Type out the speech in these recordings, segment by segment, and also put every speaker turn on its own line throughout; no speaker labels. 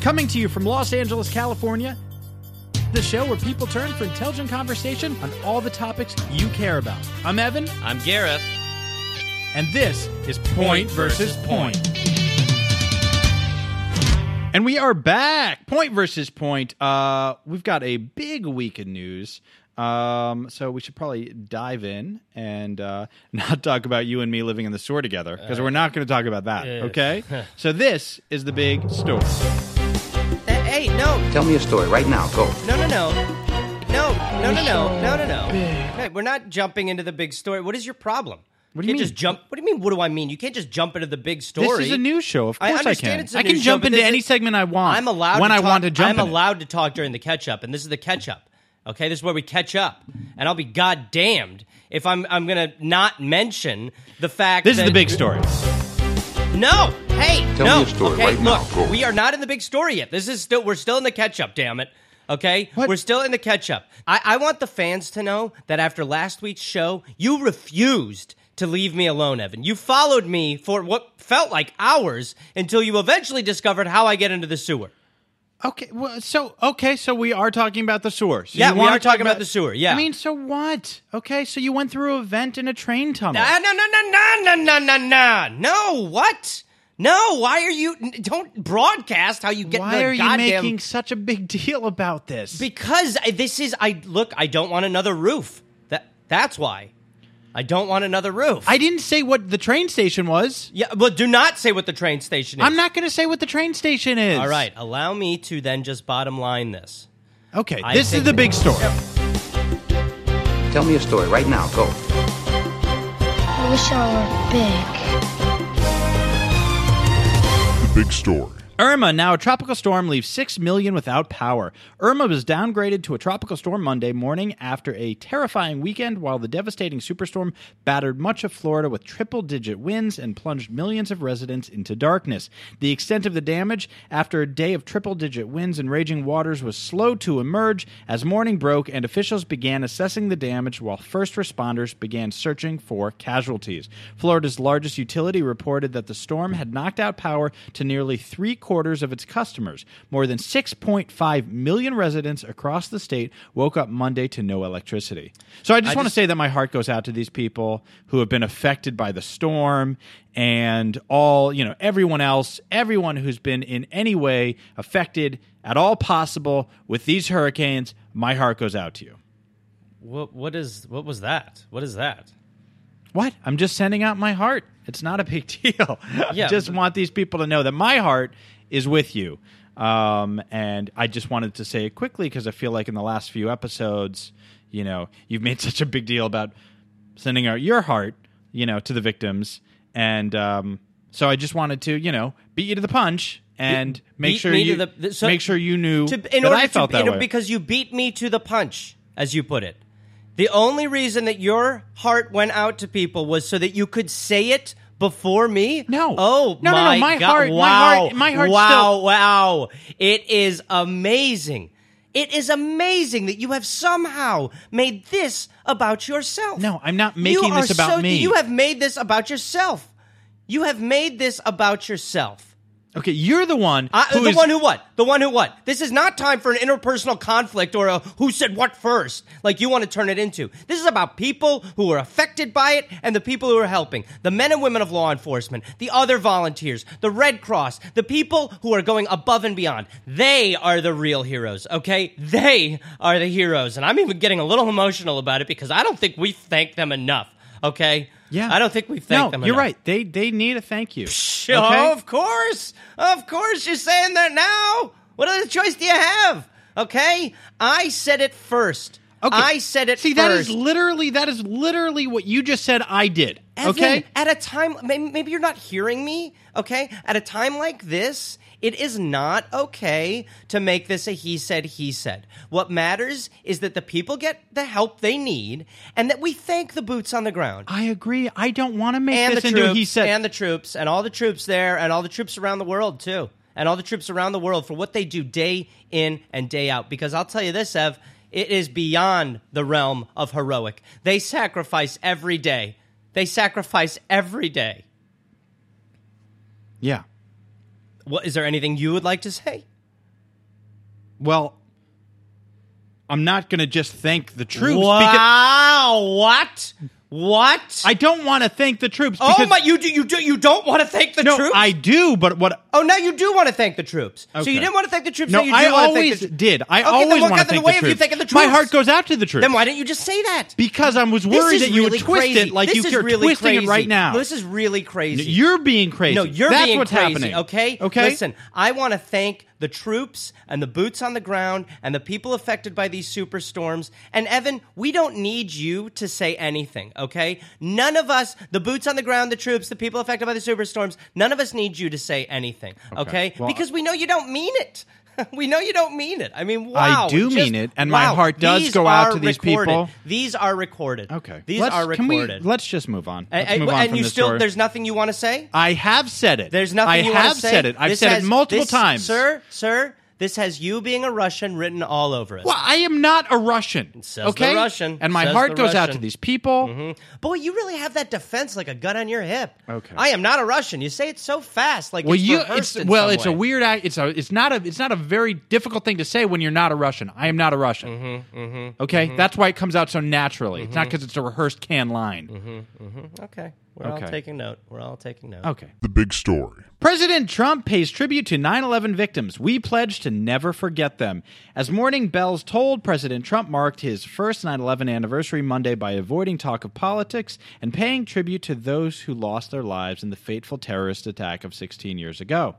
Coming to you from Los Angeles, California, the show where people turn for intelligent conversation on all the topics you care about. I'm Evan,
I'm Gareth.
and this is Point versus Point. And we are back. Point versus Point. Uh, we've got a big week of news. Um, so we should probably dive in and uh, not talk about you and me living in the store together because we're not going to talk about that. Okay. so this is the big story.
That, hey, no,
Tell me a story right now. Go.
no, no, no. No, no, no, no, no, no, no. Hey, we're not jumping into the big story. What is your problem?
What do you
can't
mean?
just jump. What do you mean? What do I mean? You can't just jump into the big story.
This is a news show. Of
I
course I,
understand
can.
it's a
I can
news show,
jump
but
into
this
any
is-
segment I want.
I'm allowed
when
to
I
talk-
want to jump.
I'm
in it.
allowed to talk during the catch up, and this is the catch up. Okay, this is where we catch up, and I'll be goddamned if I'm I'm gonna not mention the fact.
This is the
that-
big story.
No. Hey.
Tell
no.
me a story
okay,
right now.
look,
Go.
we are not in the big story yet. This is still we're still in the catch up. Damn it. Okay,
What?
we're still in the catch up. I, I want the fans to know that after last week's show, you refused to leave me alone, Evan. You followed me for what felt like hours until you eventually discovered how I get into the sewer.
Okay, well, so okay, so we are talking about the sewer. So
Yeah,
you
we
wanna
are
talk
talking about the sewer, yeah.
I mean, so what? Okay, so you went through a vent in a train
Oh.
tunnel.
Ah, no, no, no, no, no, no, no, no. No, what? No, why are you? n- Don't broadcast how you get.
Why
into the
are you
goddamn
making such a big deal about this?
Because I, this is I look. I don't want another roof. That that's why. I don't want another roof.
I didn't say what the train station was.
yeah, but do not say what the train station is.
I'm not going to say what the train station is.
All right, allow me to then just bottom line this.
Okay,
I
this is
think-
the big story.
Tell me a story right now. Go.
I wish I were big.
Big story.
Irma, now a tropical storm, leaves 6 million without power. Irma was downgraded to a tropical storm Monday morning after a terrifying weekend while the devastating superstorm battered much of Florida with triple digit winds and plunged millions of residents into darkness. The extent of the damage after a day of triple digit winds and raging waters was slow to emerge as morning broke and officials began assessing the damage while first responders began searching for casualties. Florida's largest utility reported that the storm had knocked out power to nearly three quarters of its customers. More than 6.5 million residents across the state woke up Monday to no electricity. So I just want to say that my heart goes out to these people who have been affected by the storm and all, you know, everyone else, everyone who's been in any way affected at all possible with these hurricanes. My heart goes out to you.
What what is what was that? What is that?
What? I'm just sending out my heart. It's not a big deal. I
Yeah,
just
but-
want these people to know that my heart is with you. Um, and I just wanted to say it quickly because I feel like in the last few episodes, you know, you've made such a big deal about sending out your heart, you know, to the victims. And um, so I just wanted to, you know, beat you to the punch and make
beat
sure
me to
you
the- the- so-
make sure you knew
To, in
that
order
I felt
to,
that
in-
way.
because you beat me to the punch, as you put it. The only reason that your heart went out to people was so that you could say it before me.
No.
Oh
No, no, no,
my,
my
God.
heart- my
wow.
heart- my heart
Wow.
still-
Wow. It is amazing. It is amazing that you have somehow made this about yourself.
No, I'm not
You
making
are
this about
so-
me.
You have made this about yourself. You have made this about yourself.
okay, you're the one
I,
who
Uh, the
is-
one who what? The one who what? This is not time for an interpersonal conflict or a who said what first, like you want to turn it into. This is about people who are affected by it and the people who are helping. The men and women of law enforcement, the other volunteers, the Red Cross, the people who are going above and beyond. They are the real heroes, okay? They are the heroes. And I'm even getting a little emotional about it because I don't think we thank them enough, okay?
yeah.
I don't think we thank
no,
them
You're
enough.
right. They they need a thank you.
Sure,
Okay?
of course. Of course you're saying that now. What other choice do you have? Okay? I said it first.
Okay.
I said it
See,
first.
that is literally that is literally what you just said I did.
Evan,
okay?
At a time, may- maybe you're not hearing me, okay? At a time like this, it is not okay to make this a he said, he said. What matters is that the people get the help they need and that we thank the boots on the ground.
I agree. I don't want to make
and
this
the
into
troops,
a he said
and the troops, and all the troops there, and all the troops around the world too, and all the troops around the world for what they do day in and day out. Because I'll tell you this, Ev, it is beyond the realm of heroic. They sacrifice every day. They sacrifice every day.
Yeah.
What is there anything you would like to say?
Well, I'm not going to just thank the troops. Because
Wow! What? What?
I don't want to thank the troops.
oh
because-
my! You do you do you don't want to thank the
No,
troops?
I do, but what?
oh, now you do want to thank the troops. So you
Okay.
didn't want to thank the troops.
No,
now you do
I
want to
always
thank the troops.
did. I
okay,
always
then what
want to
got in
thank
the way
the
of you
troops.
thanking the troops?
My heart goes out to the troops.
Then why didn't you just say that?
Because I was
This
worried
is
that you
really
would twist
crazy.
it like
This
you
is
you're
really
twisting
crazy.
it right now.
This is really crazy.
You're being crazy.
No, you're
That's
being
what's
crazy,
happening.
Okay,
Okay.
Listen, I want to thank the troops and the boots on the ground and the people affected by these superstorms. And Evan, we don't need you to say anything. Okay, none of us, the boots on the ground, the troops, the people affected by the superstorms, none of us need you to say anything. Okay,
Well,
because we know you don't mean it. We know you don't mean it. I mean, wow.
I do
just-
mean it, and my
wow,
heart does
these
go out
are
to these
recorded.
people.
These are recorded.
Okay.
These
Let's-
are
can we-
recorded.
let's just move on. Let's
and
move on
and
from
you
this
still
story.
there's nothing you want to say?
I have said it.
There's nothing
I
you want
have
to say.
said it. I've
This
said
has-
it multiple
this-
times.
sir. Sir, this has you being a Russian written all over us.
Well, I am not a Russian.
Says the
okay,
Russian.
And my
Says
heart
the
goes out
Russian. Mm-hmm.
to these people.
Boy, you really have that defense like a gun on your hip.
Okay.
I am not a Russian. You say it so fast, like
Well,
it's
you,
rehearsed
it's
in
well,
some
it's a
way.
weird. act- It's a, it's not a, it's not a very difficult thing to say when you're not a Russian. I am not a Russian.
Mm-hmm,
okay, that's why it comes out so naturally. It's not because it's a rehearsed canned line.
Mm-hmm. Okay, we're all
Okay. Oh,
taking note. We're all taking note.
Okay.
The big story.
President Trump pays tribute to 9 11 victims. We pledge to never forget them. As morning bells tolled, President Trump marked his first 9 11 anniversary Monday by avoiding talk of politics and paying tribute to those who lost their lives in the fateful terrorist attack of 16 years ago.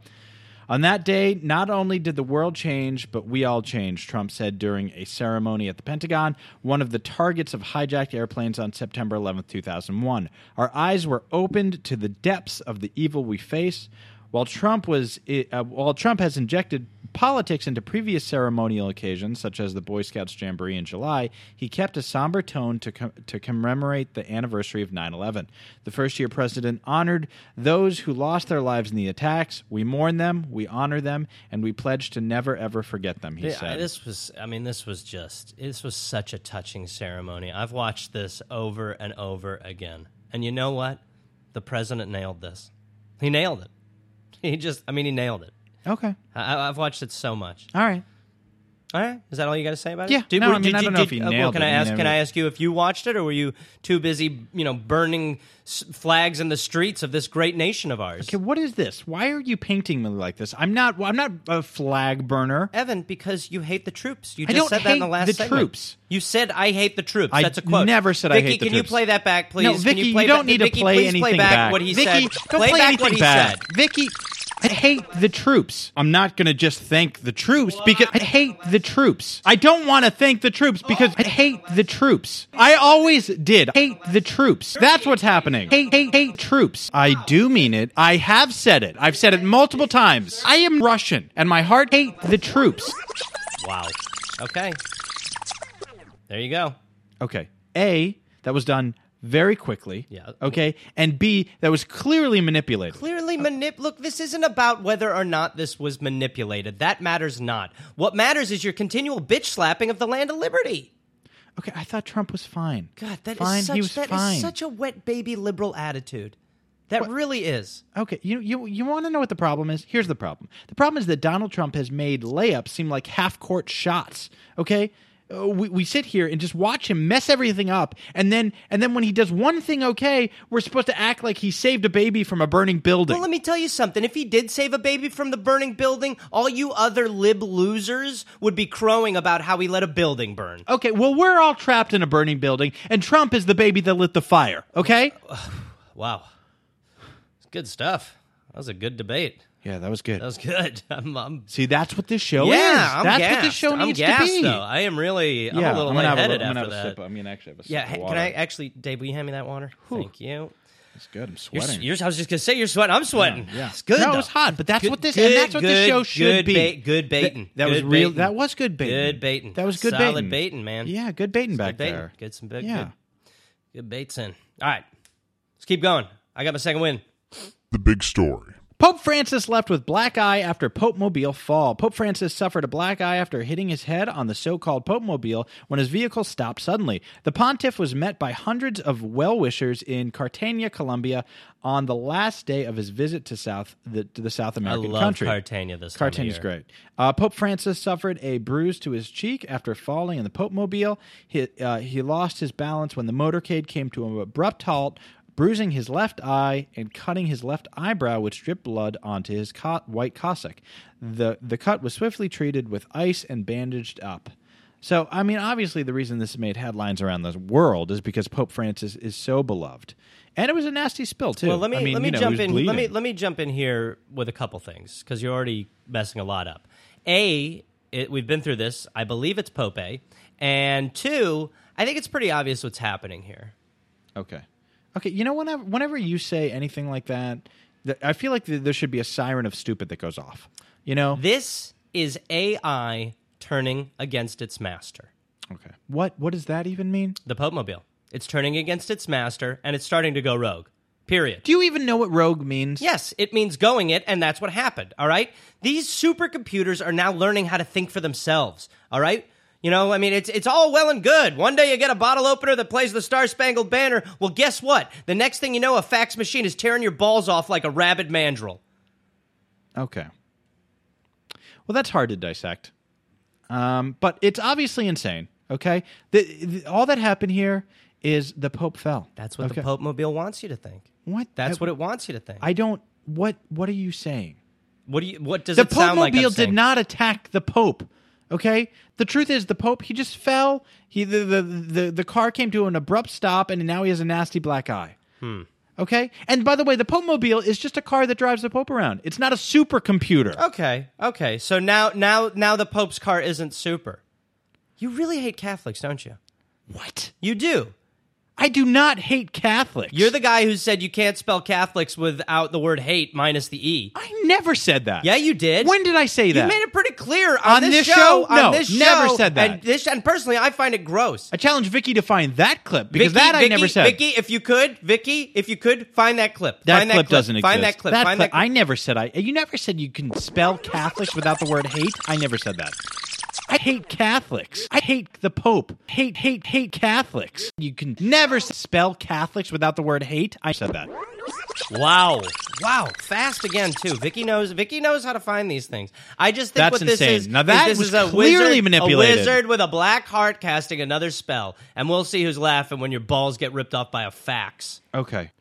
On that day, not only did the world change, but we all changed, Trump said during a ceremony at the Pentagon, one of the targets of hijacked airplanes on September 11, 2001. Our eyes were opened to the depths of the evil we face. While Trump was uh, while Trump has injected politics into previous ceremonial occasions such as the Boy Scouts Jamboree in July, he kept a somber tone to com- to commemorate the anniversary of 9/11. The first year president honored those who lost their lives in the attacks. We mourn them, we honor them, and we pledge to never ever forget them, he
Yeah,
said.
This was, I mean, this was just, this was such a touching ceremony. I've watched this over and over again. And you know what? The president nailed this. He nailed it. He just, I mean, he nailed it.
okay.
I, I- I've watched it so much.
All right.
All right, is that all you got to say about it?
Yeah. No, I mean, I don't know if he
uh, well,
nailed
can
it.
I
I mean,
ask?
I
Can I
mean-
ask you if you watched it, or were you too busy, you know, burning s- flags in the streets of this great nation of ours?
Okay, what is this? Why are you painting me like this? I'm not I'm not a flag burner.
Evan, because you hate the troops. You
I
just
don't
said that in the
hate
last
the
segment.
troops.
You said I hate the troops.
I
That's a quote.
never said I
Vicky,
hate the
can
troops.
you play that back, please?
No,
Can
Vicky,
you, play
don't
that-
need to
Vicky,
play
please
anything
play back, what he
Vicky,
said.
Don't
play,
play,
back
anything
what he
back.
said.
Vicky, I hate the troops. I'm not going to just thank the troops because I hate the troops. I don't want to thank the troops because I hate the troops. I always did hate the troops. That's what's happening. Hate, hate, hate troops. I do mean it. I have said it. I've said it multiple times. I am Russian, and my heart hate the troops.
Wow. Okay. There you go.
Okay. A, that was done very quickly.
Yeah.
Okay. And B, that was clearly manipulated.
Clearly, manip. Look, this isn't about whether or not this was manipulated. That matters not. What matters is your continual bitch slapping of the land of liberty.
Okay, I thought Trump was fine.
God, that is
fine.
such
he was
that is
fine.
such a wet baby liberal attitude. That really is.
okay, you you you want to know what the problem is? Here's the problem. The problem is that Donald Trump has made layups seem like half court shots. Okay. Uh, we, we sit here and just watch him mess everything up, and then and then when he does one thing okay, we're supposed to act like he saved a baby from a burning building.
Well, let me tell you something. If he did save a baby from the burning building, all you other lib losers would be crowing about how he let a building burn.
okay, well we're all trapped in a burning building, and Trump is the baby that lit the fire. Okay.
Wow. It's good stuff. That was a good debate.
Yeah, that was good.
That was good. I'm, I'm
See, that's what this show Oh, is.
yeah, I'm
that's
gassed.
what this show
I'm
needs
gassed,
to be.
Though. I am really, I'm
yeah,
a little
I'm gonna have a,
lightheaded
I'm gonna
after
have a
that.
sip. I'm gonna actually have a sip.
Yeah,
of
hey, can
water.
I actually, Dave? Will you hand me that water? Thank you.
It's good. I'm
You're, s-
sweating.
you're- I was just gonna say you're sweating. I'm sweating.
Yeah, yeah.
it's good.
No,
though.
it's hot, but that's
Good-
what this
good,
and that's what this
good,
show should
good
be.
bait- good
Th-
baiting.
that was
Good
real.
baiting.
That was good baiting.
Good baiting.
That was good
Solid
baiting.
baiting, man.
Yeah, good baiting back
good baiting.
there.
Good some big,
Yeah.
good, good baits in. All right, let's keep going. I got my second win.
The big story.
Pope Francis left with black eye after Pope Mobile fall. Pope Francis suffered a black eye after hitting his head on the so-called Pope Mobile when his vehicle stopped suddenly. The pontiff was met by hundreds of well-wishers in Cartagena, Colombia, on the last day of his visit to South the, to the South
I
American
love
country.
Cartagena this time of
Cartagena is
year.
great. Uh, Pope Francis suffered a bruise to his cheek after falling in the Pope Mobile. He, uh, he lost his balance when the motorcade came to an abrupt halt, bruising his left eye and cutting his left eyebrow, which dripped blood onto his co- white cassock. The, the cut was swiftly treated with ice and bandaged up. So, I mean, obviously, the reason this made headlines around the world is because Pope Francis is so beloved. And it was a nasty spill, too.
Well, let me
I mean,
let me
you know, he
jump
was
in. Let me
bleeding.
let me jump in here with a couple things because you're already messing a lot up. A, it, we've been through this. I believe it's Pope, and two, I think it's pretty obvious what's happening here.
Okay. Okay. You know, whenever whenever you say anything like that, th- I feel like th- there should be a siren of stupid that goes off. You know.
This is AI turning against its master,
okay. What What does that even mean?
the Pope Mobile. It's turning against its master, and it's starting to go rogue. Period.
Do you even know what rogue means?
Yes, it means going it, and that's what happened. All right, these supercomputers are now learning how to think for themselves. All right, you know, I mean, it's it's all well and good. One day you get a bottle opener that plays the Star Spangled Banner. Well, guess what? The next thing you know, a fax machine is tearing your balls off like a rabid mandrel.
Okay. Well, that's hard to dissect. Um, but it's obviously insane. Okay. The, the- all that happened here is the Pope fell.
That's what
Okay.
the Pope Mobile wants you to think.
What?
That's
I-
what it wants you to think.
I don't. What What are you saying?
what do you? What does
the
it sound
Pope
like? I'm
Mobile did
saying?
not attack the Pope. Okay, the truth is the Pope he just fell. He the the the, the car came to an abrupt stop, and now he has a nasty black eye.
Hmm.
Okay, and by the way, the Pope Mobile is just a car that drives the Pope around. It's not a supercomputer.
Okay, okay. So now, now, now the Pope's car isn't super. You really hate Catholics, don't you?
What?
You do.
I do not hate Catholics.
You're the guy who said you can't spell Catholics without the word hate minus the E.
I never said that.
Yeah, you did.
When did I say
You
that?
made it pretty clear on,
On this show? No,
on this show,
never said that.
And, this, and personally, I find it gross.
I challenge Vicky to find that clip because
Vicky,
that I
Vicky,
never said.
Vicky, if you could, Vicky, if you could, find that clip.
that
find
clip,
that clip
doesn't
find
exist.
That clip. find that clip.
I never said I. You never said you can spell Catholics without the word hate. I never said that. I hate Catholics. I hate the Pope. Hate, hate, hate Catholics. You can never s- spell Catholics without the word hate. I said that.
Wow. Wow. Fast again too. Vicky knows Vicky knows how to find these things. I just think
That's
what this
insane.
is
Now that
is this
was
is a
clearly
wizard,
manipulated.
A wizard with a black heart casting another spell. And we'll see who's laughing when your balls get ripped off by a fax.
Okay.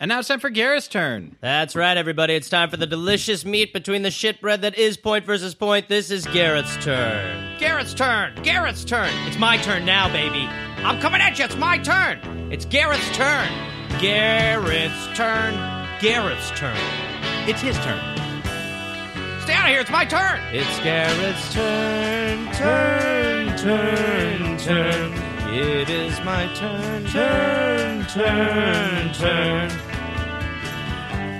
And now it's time for Garrett's turn.
That's right, everybody. It's time for the delicious meat between the shitbread that is point versus point. This is Garrett's turn. Garrett's turn. Garrett's turn. It's my turn now, baby. I'm coming at you. It's my turn. It's Garrett's turn. Garrett's turn. Garrett's turn.
It's his turn.
Stay out of here. It's my turn. It's Garrett's turn. Turn, turn, turn. It is my turn. Turn, turn, turn.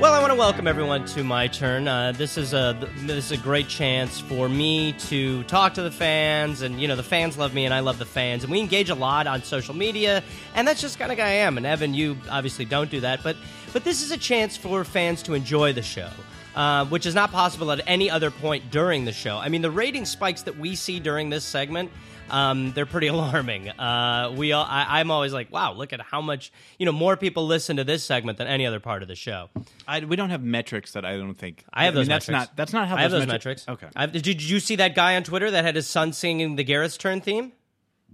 Well, I want to welcome everyone to my turn. Uh, this is a th- this is a great chance for me to talk to the fans, and you know the fans love me, and I love the fans, and we engage a lot on social media, and that's just kind of guy I am. And Evan, you obviously don't do that, but but this is a chance for fans to enjoy the show. Uh, which is not possible at any other point during the show. I mean, the rating spikes that we see during this segment, um, they're pretty alarming. Uh, we all, I, I'm always like, wow, look at how much you know more people listen to this segment than any other part of the show.
I, we don't have metrics that I don't think.
I have
mean,
those.
that's
metrics.
not. That's not how.
I have those
metri-
metrics.
Okay.
I've, did, you, did you see that guy on Twitter that had his son singing the Garrett's Turn theme?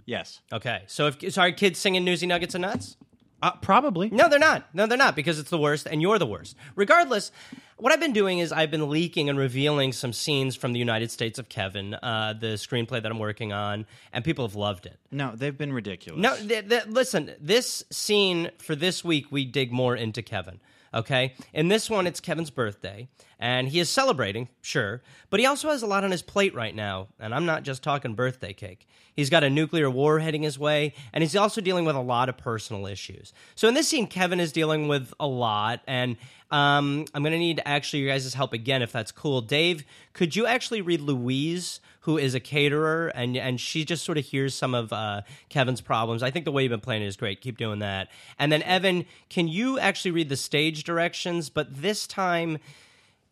yes.
Okay, so if sorry, kids singing Newsy Nuggets and Nuts?
Uh, probably.
No, they're not. No, they're not because it's the worst, and you're the worst. Regardless, what I've been doing is I've been leaking and revealing some scenes from the United States of Kevin, uh, the screenplay that I'm working on, and people have loved it.
No, they've been ridiculous.
No, th- th- listen, this scene for this week, we dig more into Kevin. Okay. In this one, it's Kevin's birthday, and he is celebrating, sure, but he also has a lot on his plate right now, and I'm not just talking birthday cake. He's got a nuclear war heading his way, and he's also dealing with a lot of personal issues. So in this scene, Kevin is dealing with a lot, and um, I'm going to need actually your guys' help again if that's cool. Dave, could you actually read Louise? who is a caterer and and she just sort of hears some of uh, Kevin's problems. I think the way you've been playing it is great. Keep doing that. And then Evan, can you actually read the stage directions? But this time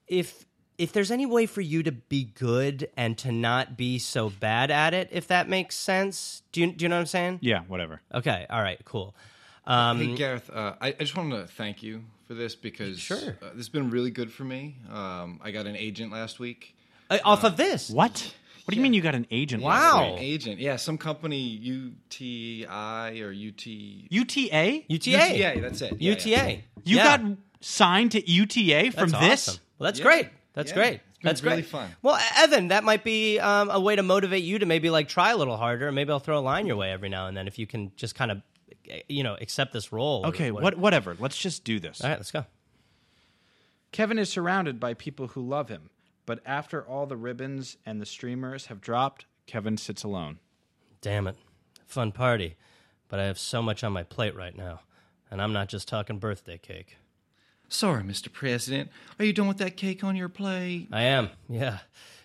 if if there's any way for you to be good and to not be so bad at it, if that makes sense, do you do you know what I'm saying?
Yeah, whatever.
Okay, all right, cool. Um,
Hey Gareth, uh, I, I just want to thank you for this because
Sure.
uh, this has been really good for me. Um, I got an agent last week.
uh, off of this,
What? What do you mean you got an agent?
Wow.
last
An agent, yeah, some company UTI or UT
week? UTA?
UTA,
UTA, that's it. Yeah,
UTA,
yeah.
You
Yeah.
got signed to UTA
That's
from this?
awesome. Well, that's
Yeah.
great. That's
Yeah.
great.
It's been
That's
really
great.
fun.
Well, E-, Evan, that might be um, a way to motivate you to maybe like try a little harder. Maybe I'll throw a line your way every now and then if you can just kind of, you know, accept this role. or
Okay, what
whatever.
whatever. Let's just do this.
All right, let's go.
Kevin is surrounded by people who love him, but after all the ribbons and the streamers have dropped, Kevin sits alone.
Damn it. Fun party. But I have so much on my plate right now. And I'm not just talking birthday cake.
Sorry, Mr. President. Are you done with that cake on your plate?
I am. Yeah.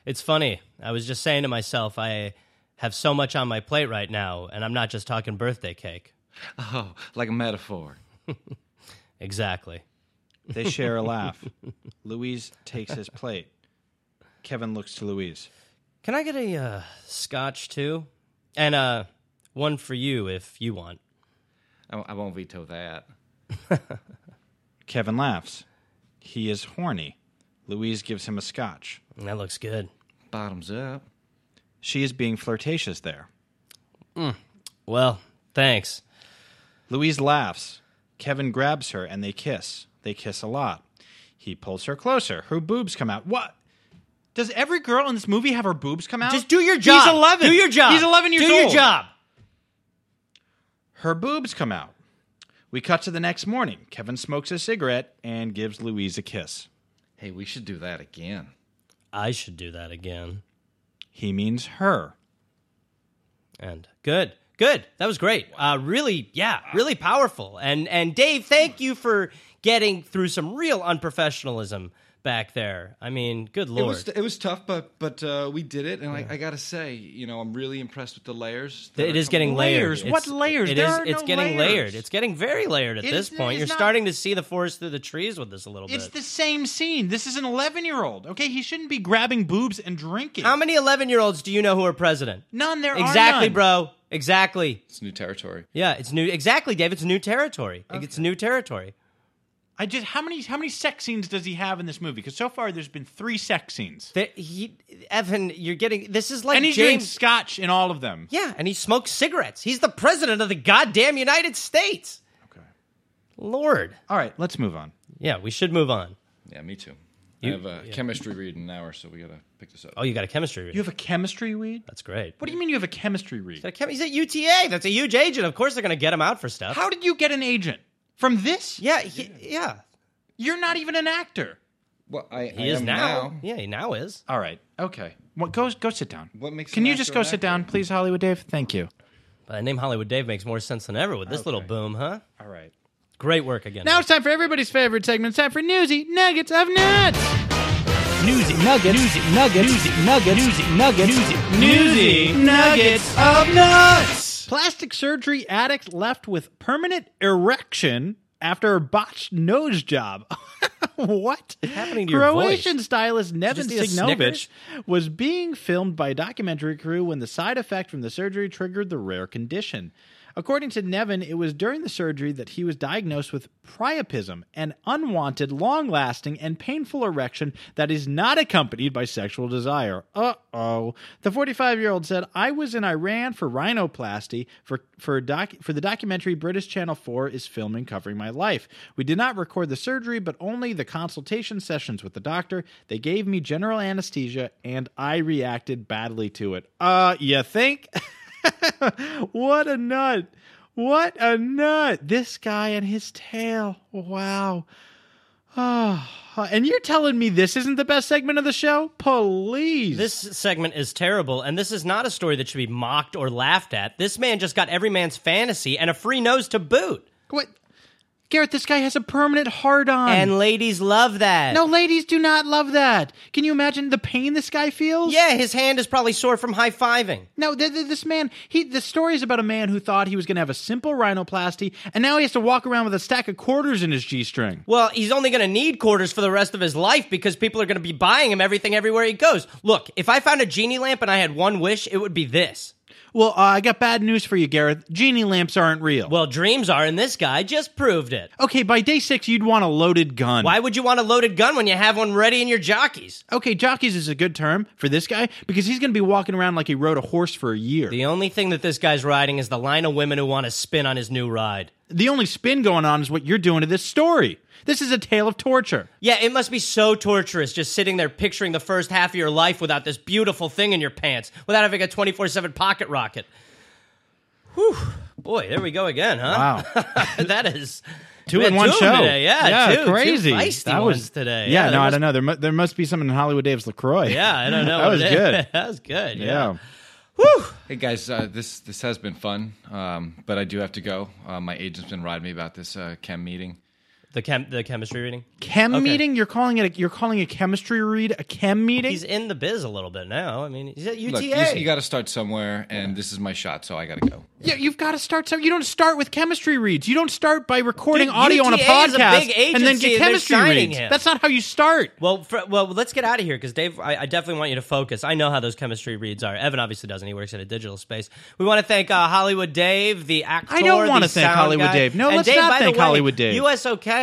It's funny. I was just saying to myself, I have so much on my plate right now. And I'm not just talking birthday cake.
Oh, like a metaphor.
Exactly.
They share a laugh. Louise takes his plate. Kevin looks to Louise.
Can I get a uh, scotch too? And uh, one for you if you want.
I, I won't veto that.
Kevin laughs. He is horny. Louise gives him a scotch.
That looks good.
Bottoms up.
She is being flirtatious there.
Well, thanks.
Louise laughs. Kevin grabs her and they kiss. They kiss a lot. He pulls her closer. Her boobs come out. What? Does every girl in this movie have her boobs come out?
Just do your job.
He's 11.
Do your job.
He's 11 years
Do
old.
your job.
Her boobs come out. We cut to the next morning. Kevin smokes a cigarette and gives Louise a kiss.
Hey, we should do that again.
I should do that again.
He means her.
And good, good. That was great. Uh, really, yeah, really powerful. And and Dave, thank you for getting through some real unprofessionalism back there. I mean, good
It
lord.
was, it was tough, but but uh, we did it, and I, I gotta say, you know, I'm really impressed with the layers. that
it
are
is
coming
getting
along.
Layers?
layered.
What
It's-
layers?
It
There
is.
are
it's
no
getting
layers.
layered. It's getting very layered at
It
this
is-
point.
it's
You're
not-
starting to see the forest through the trees with this a little
It's
bit.
the same scene. This is an 11 year old, okay? He shouldn't be grabbing boobs and drinking.
How many 11 year olds do you know who are president?
None. There are
exactly,
none.
bro. Exactly.
It's new territory.
Yeah, it's new. Exactly, Dave. It's new territory. It's new territory.
I just how many how many sex scenes does he have in this movie? Because so far there's been three sex scenes,
There, he, Evan, you're getting. This is like
and he's doing
James.
scotch in all of them.
Yeah, and he smokes cigarettes. He's the president of the goddamn United States.
Okay.
Lord.
All right, let's move on.
Yeah, we should move on.
Yeah, me too.
You-
I have a chemistry read in an hour, so we gotta pick this up.
Oh, you got a chemistry read.
You have a chemistry read.
That's great.
What do you mean you have a chemistry read?
Got a chem- He's at UTA. That's a huge agent. Of course, they're going to get him out for stuff.
How did you get an agent from this?
Yeah, he, yeah.
You're not even an actor.
Well, I,
He is now. Yeah, he now is.
All right.
Okay.
What go go sit down.
What makes
Can
an
you just
actor
go
an
sit
actor?
down, please, Hollywood Dave? Thank you.
But the name Hollywood Dave makes more sense than ever with this little boom, huh?
All right.
Great work again.
Now it's time for everybody's favorite segment. It's time for Newsy Nuggets of Nuts.
Newsy nuggets. Newsy nuggets. Newsy nuggets. Newsy nuggets.
Newsy Nuggets of Nuts. Plastic surgery addict left with permanent erection after a botched nose job. what?
happening to your
Croatian stylist Nevin
you just eat a
Signovic
Snickers?
was being filmed by a documentary crew when the side effect from the surgery triggered the rare condition. According to Nevin, it was during the surgery that he was diagnosed with priapism, an unwanted, long lasting, and painful erection that is not accompanied by sexual desire. Uh oh. The 45 year old said, I was in Iran for rhinoplasty for, for, doc, for the documentary British Channel 4 is filming covering my life. We did not record the surgery, but only the consultation sessions with the doctor. They gave me general anesthesia, and I reacted badly to it. Uh, you think? what a nut. What a nut. This guy and his tail. Wow. Ah, and you're telling me this isn't the best segment of the show? Please.
This segment is terrible, and this is not a story that should be mocked or laughed at. This man just got every man's fantasy and a free nose to boot.
what? Garrett, this guy has a permanent hard on.
And ladies love that.
no, ladies do not love that. Can you imagine the pain this guy feels?
Yeah, his hand is probably sore from high fiving.
No, th- th- this man, he the story is about a man who thought he was going to have a simple rhinoplasty, and now he has to walk around with a stack of quarters in his G string.
Well, he's only going to need quarters for the rest of his life because people are going to be buying him everything everywhere he goes. Look, if I found a genie lamp and I had one wish, it would be this.
Well, uh, I got bad news for you, Gareth. Genie lamps aren't real.
Well, dreams are, and this guy just proved it.
okay, by day six, you'd want a loaded gun.
Why would you want a loaded gun when you have one ready in your jockeys?
Okay, jockeys is a good term for this guy because he's going to be walking around like he rode a horse for a year.
The only thing that this guy's riding is the line of women who want to spin on his new ride.
the only spin going on is what you're doing to this story. This is a tale of torture.
Yeah, it must be so torturous just sitting there picturing the first half of your life without this beautiful thing in your pants, without having a 24 7 pocket rocket. Whew. Boy, there we go again, huh? Wow. that is.
Two
we
in
had
one show.
Today. Yeah, two, two
crazy.
feisty
that was
ones today.
Yeah,
there
no, I
must-
don't know. There, mu- there must be something in Hollywood Dave's Lacroix.
Yeah, I don't know.
that
what
was
it is.
good.
that was good.
Yeah.
Whew.
Hey guys, uh, this this has been fun, um, but I do have to go. Uh, my agent's been riding me about this uh, chem meeting.
The, chem- the chemistry reading.
Chem
Okay.
meeting? You're calling it? A, you're calling a chemistry read a chem meeting?
He's in the biz a little bit now. I mean, he's at UTA.
Look, you, got to start somewhere, and this is my shot, so I got to go.
yeah, you've got to start. Some, you don't start with chemistry reads. You don't start by recording
Dude,
audio on a
UTA is a
podcast
big
and then get
agency and they're
chemistry
signing
reads.
him.
That's not how you start.
Well, for, well, let's get out of here because Dave, I, I definitely want you to focus. I know how those chemistry reads are. Evan obviously doesn't; he works in a digital space. We want to thank uh, Hollywood Dave, the actor.
I don't
want
wanna
to
thank Hollywood Dave. No,
and
let's
Dave,
not
by the
thank
way,
Hollywood Dave.
USOK,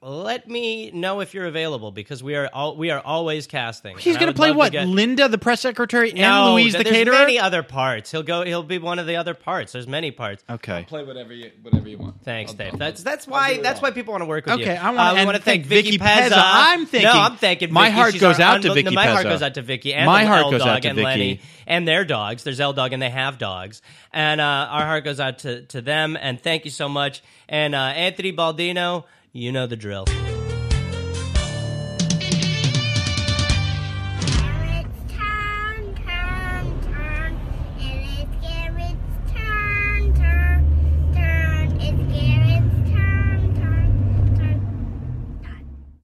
let me know if you're available because we are all, we are always casting.
He's
going to
play what?
Get,
Linda, the press secretary,
no,
and Louise, the
there's
caterer.
many other parts. He'll go. He'll be one of the other parts. There's many parts.
okay.
Play whatever you whatever you want.
Thanks, Dave. That's that's why that's why people want to work with you.
Okay, I wanna-
uh, we
and
want to thank
thank Vicky
Vicky Pezza.
Pezza. I'm thinking-
no, I'm thanking.
my
Vicky.
heart
She's
goes
our
out to
unbe-
Vicky
no, My heart
Pezza.
goes out to Vicky. And
My
the
heart
L
goes
Dog
out to
and
Vicky.
Lenny and their dogs. There's L Dog and they have dogs, and uh, our heart goes out to to them. And thank you so much. And uh, Anthony Baldino, you know the drill.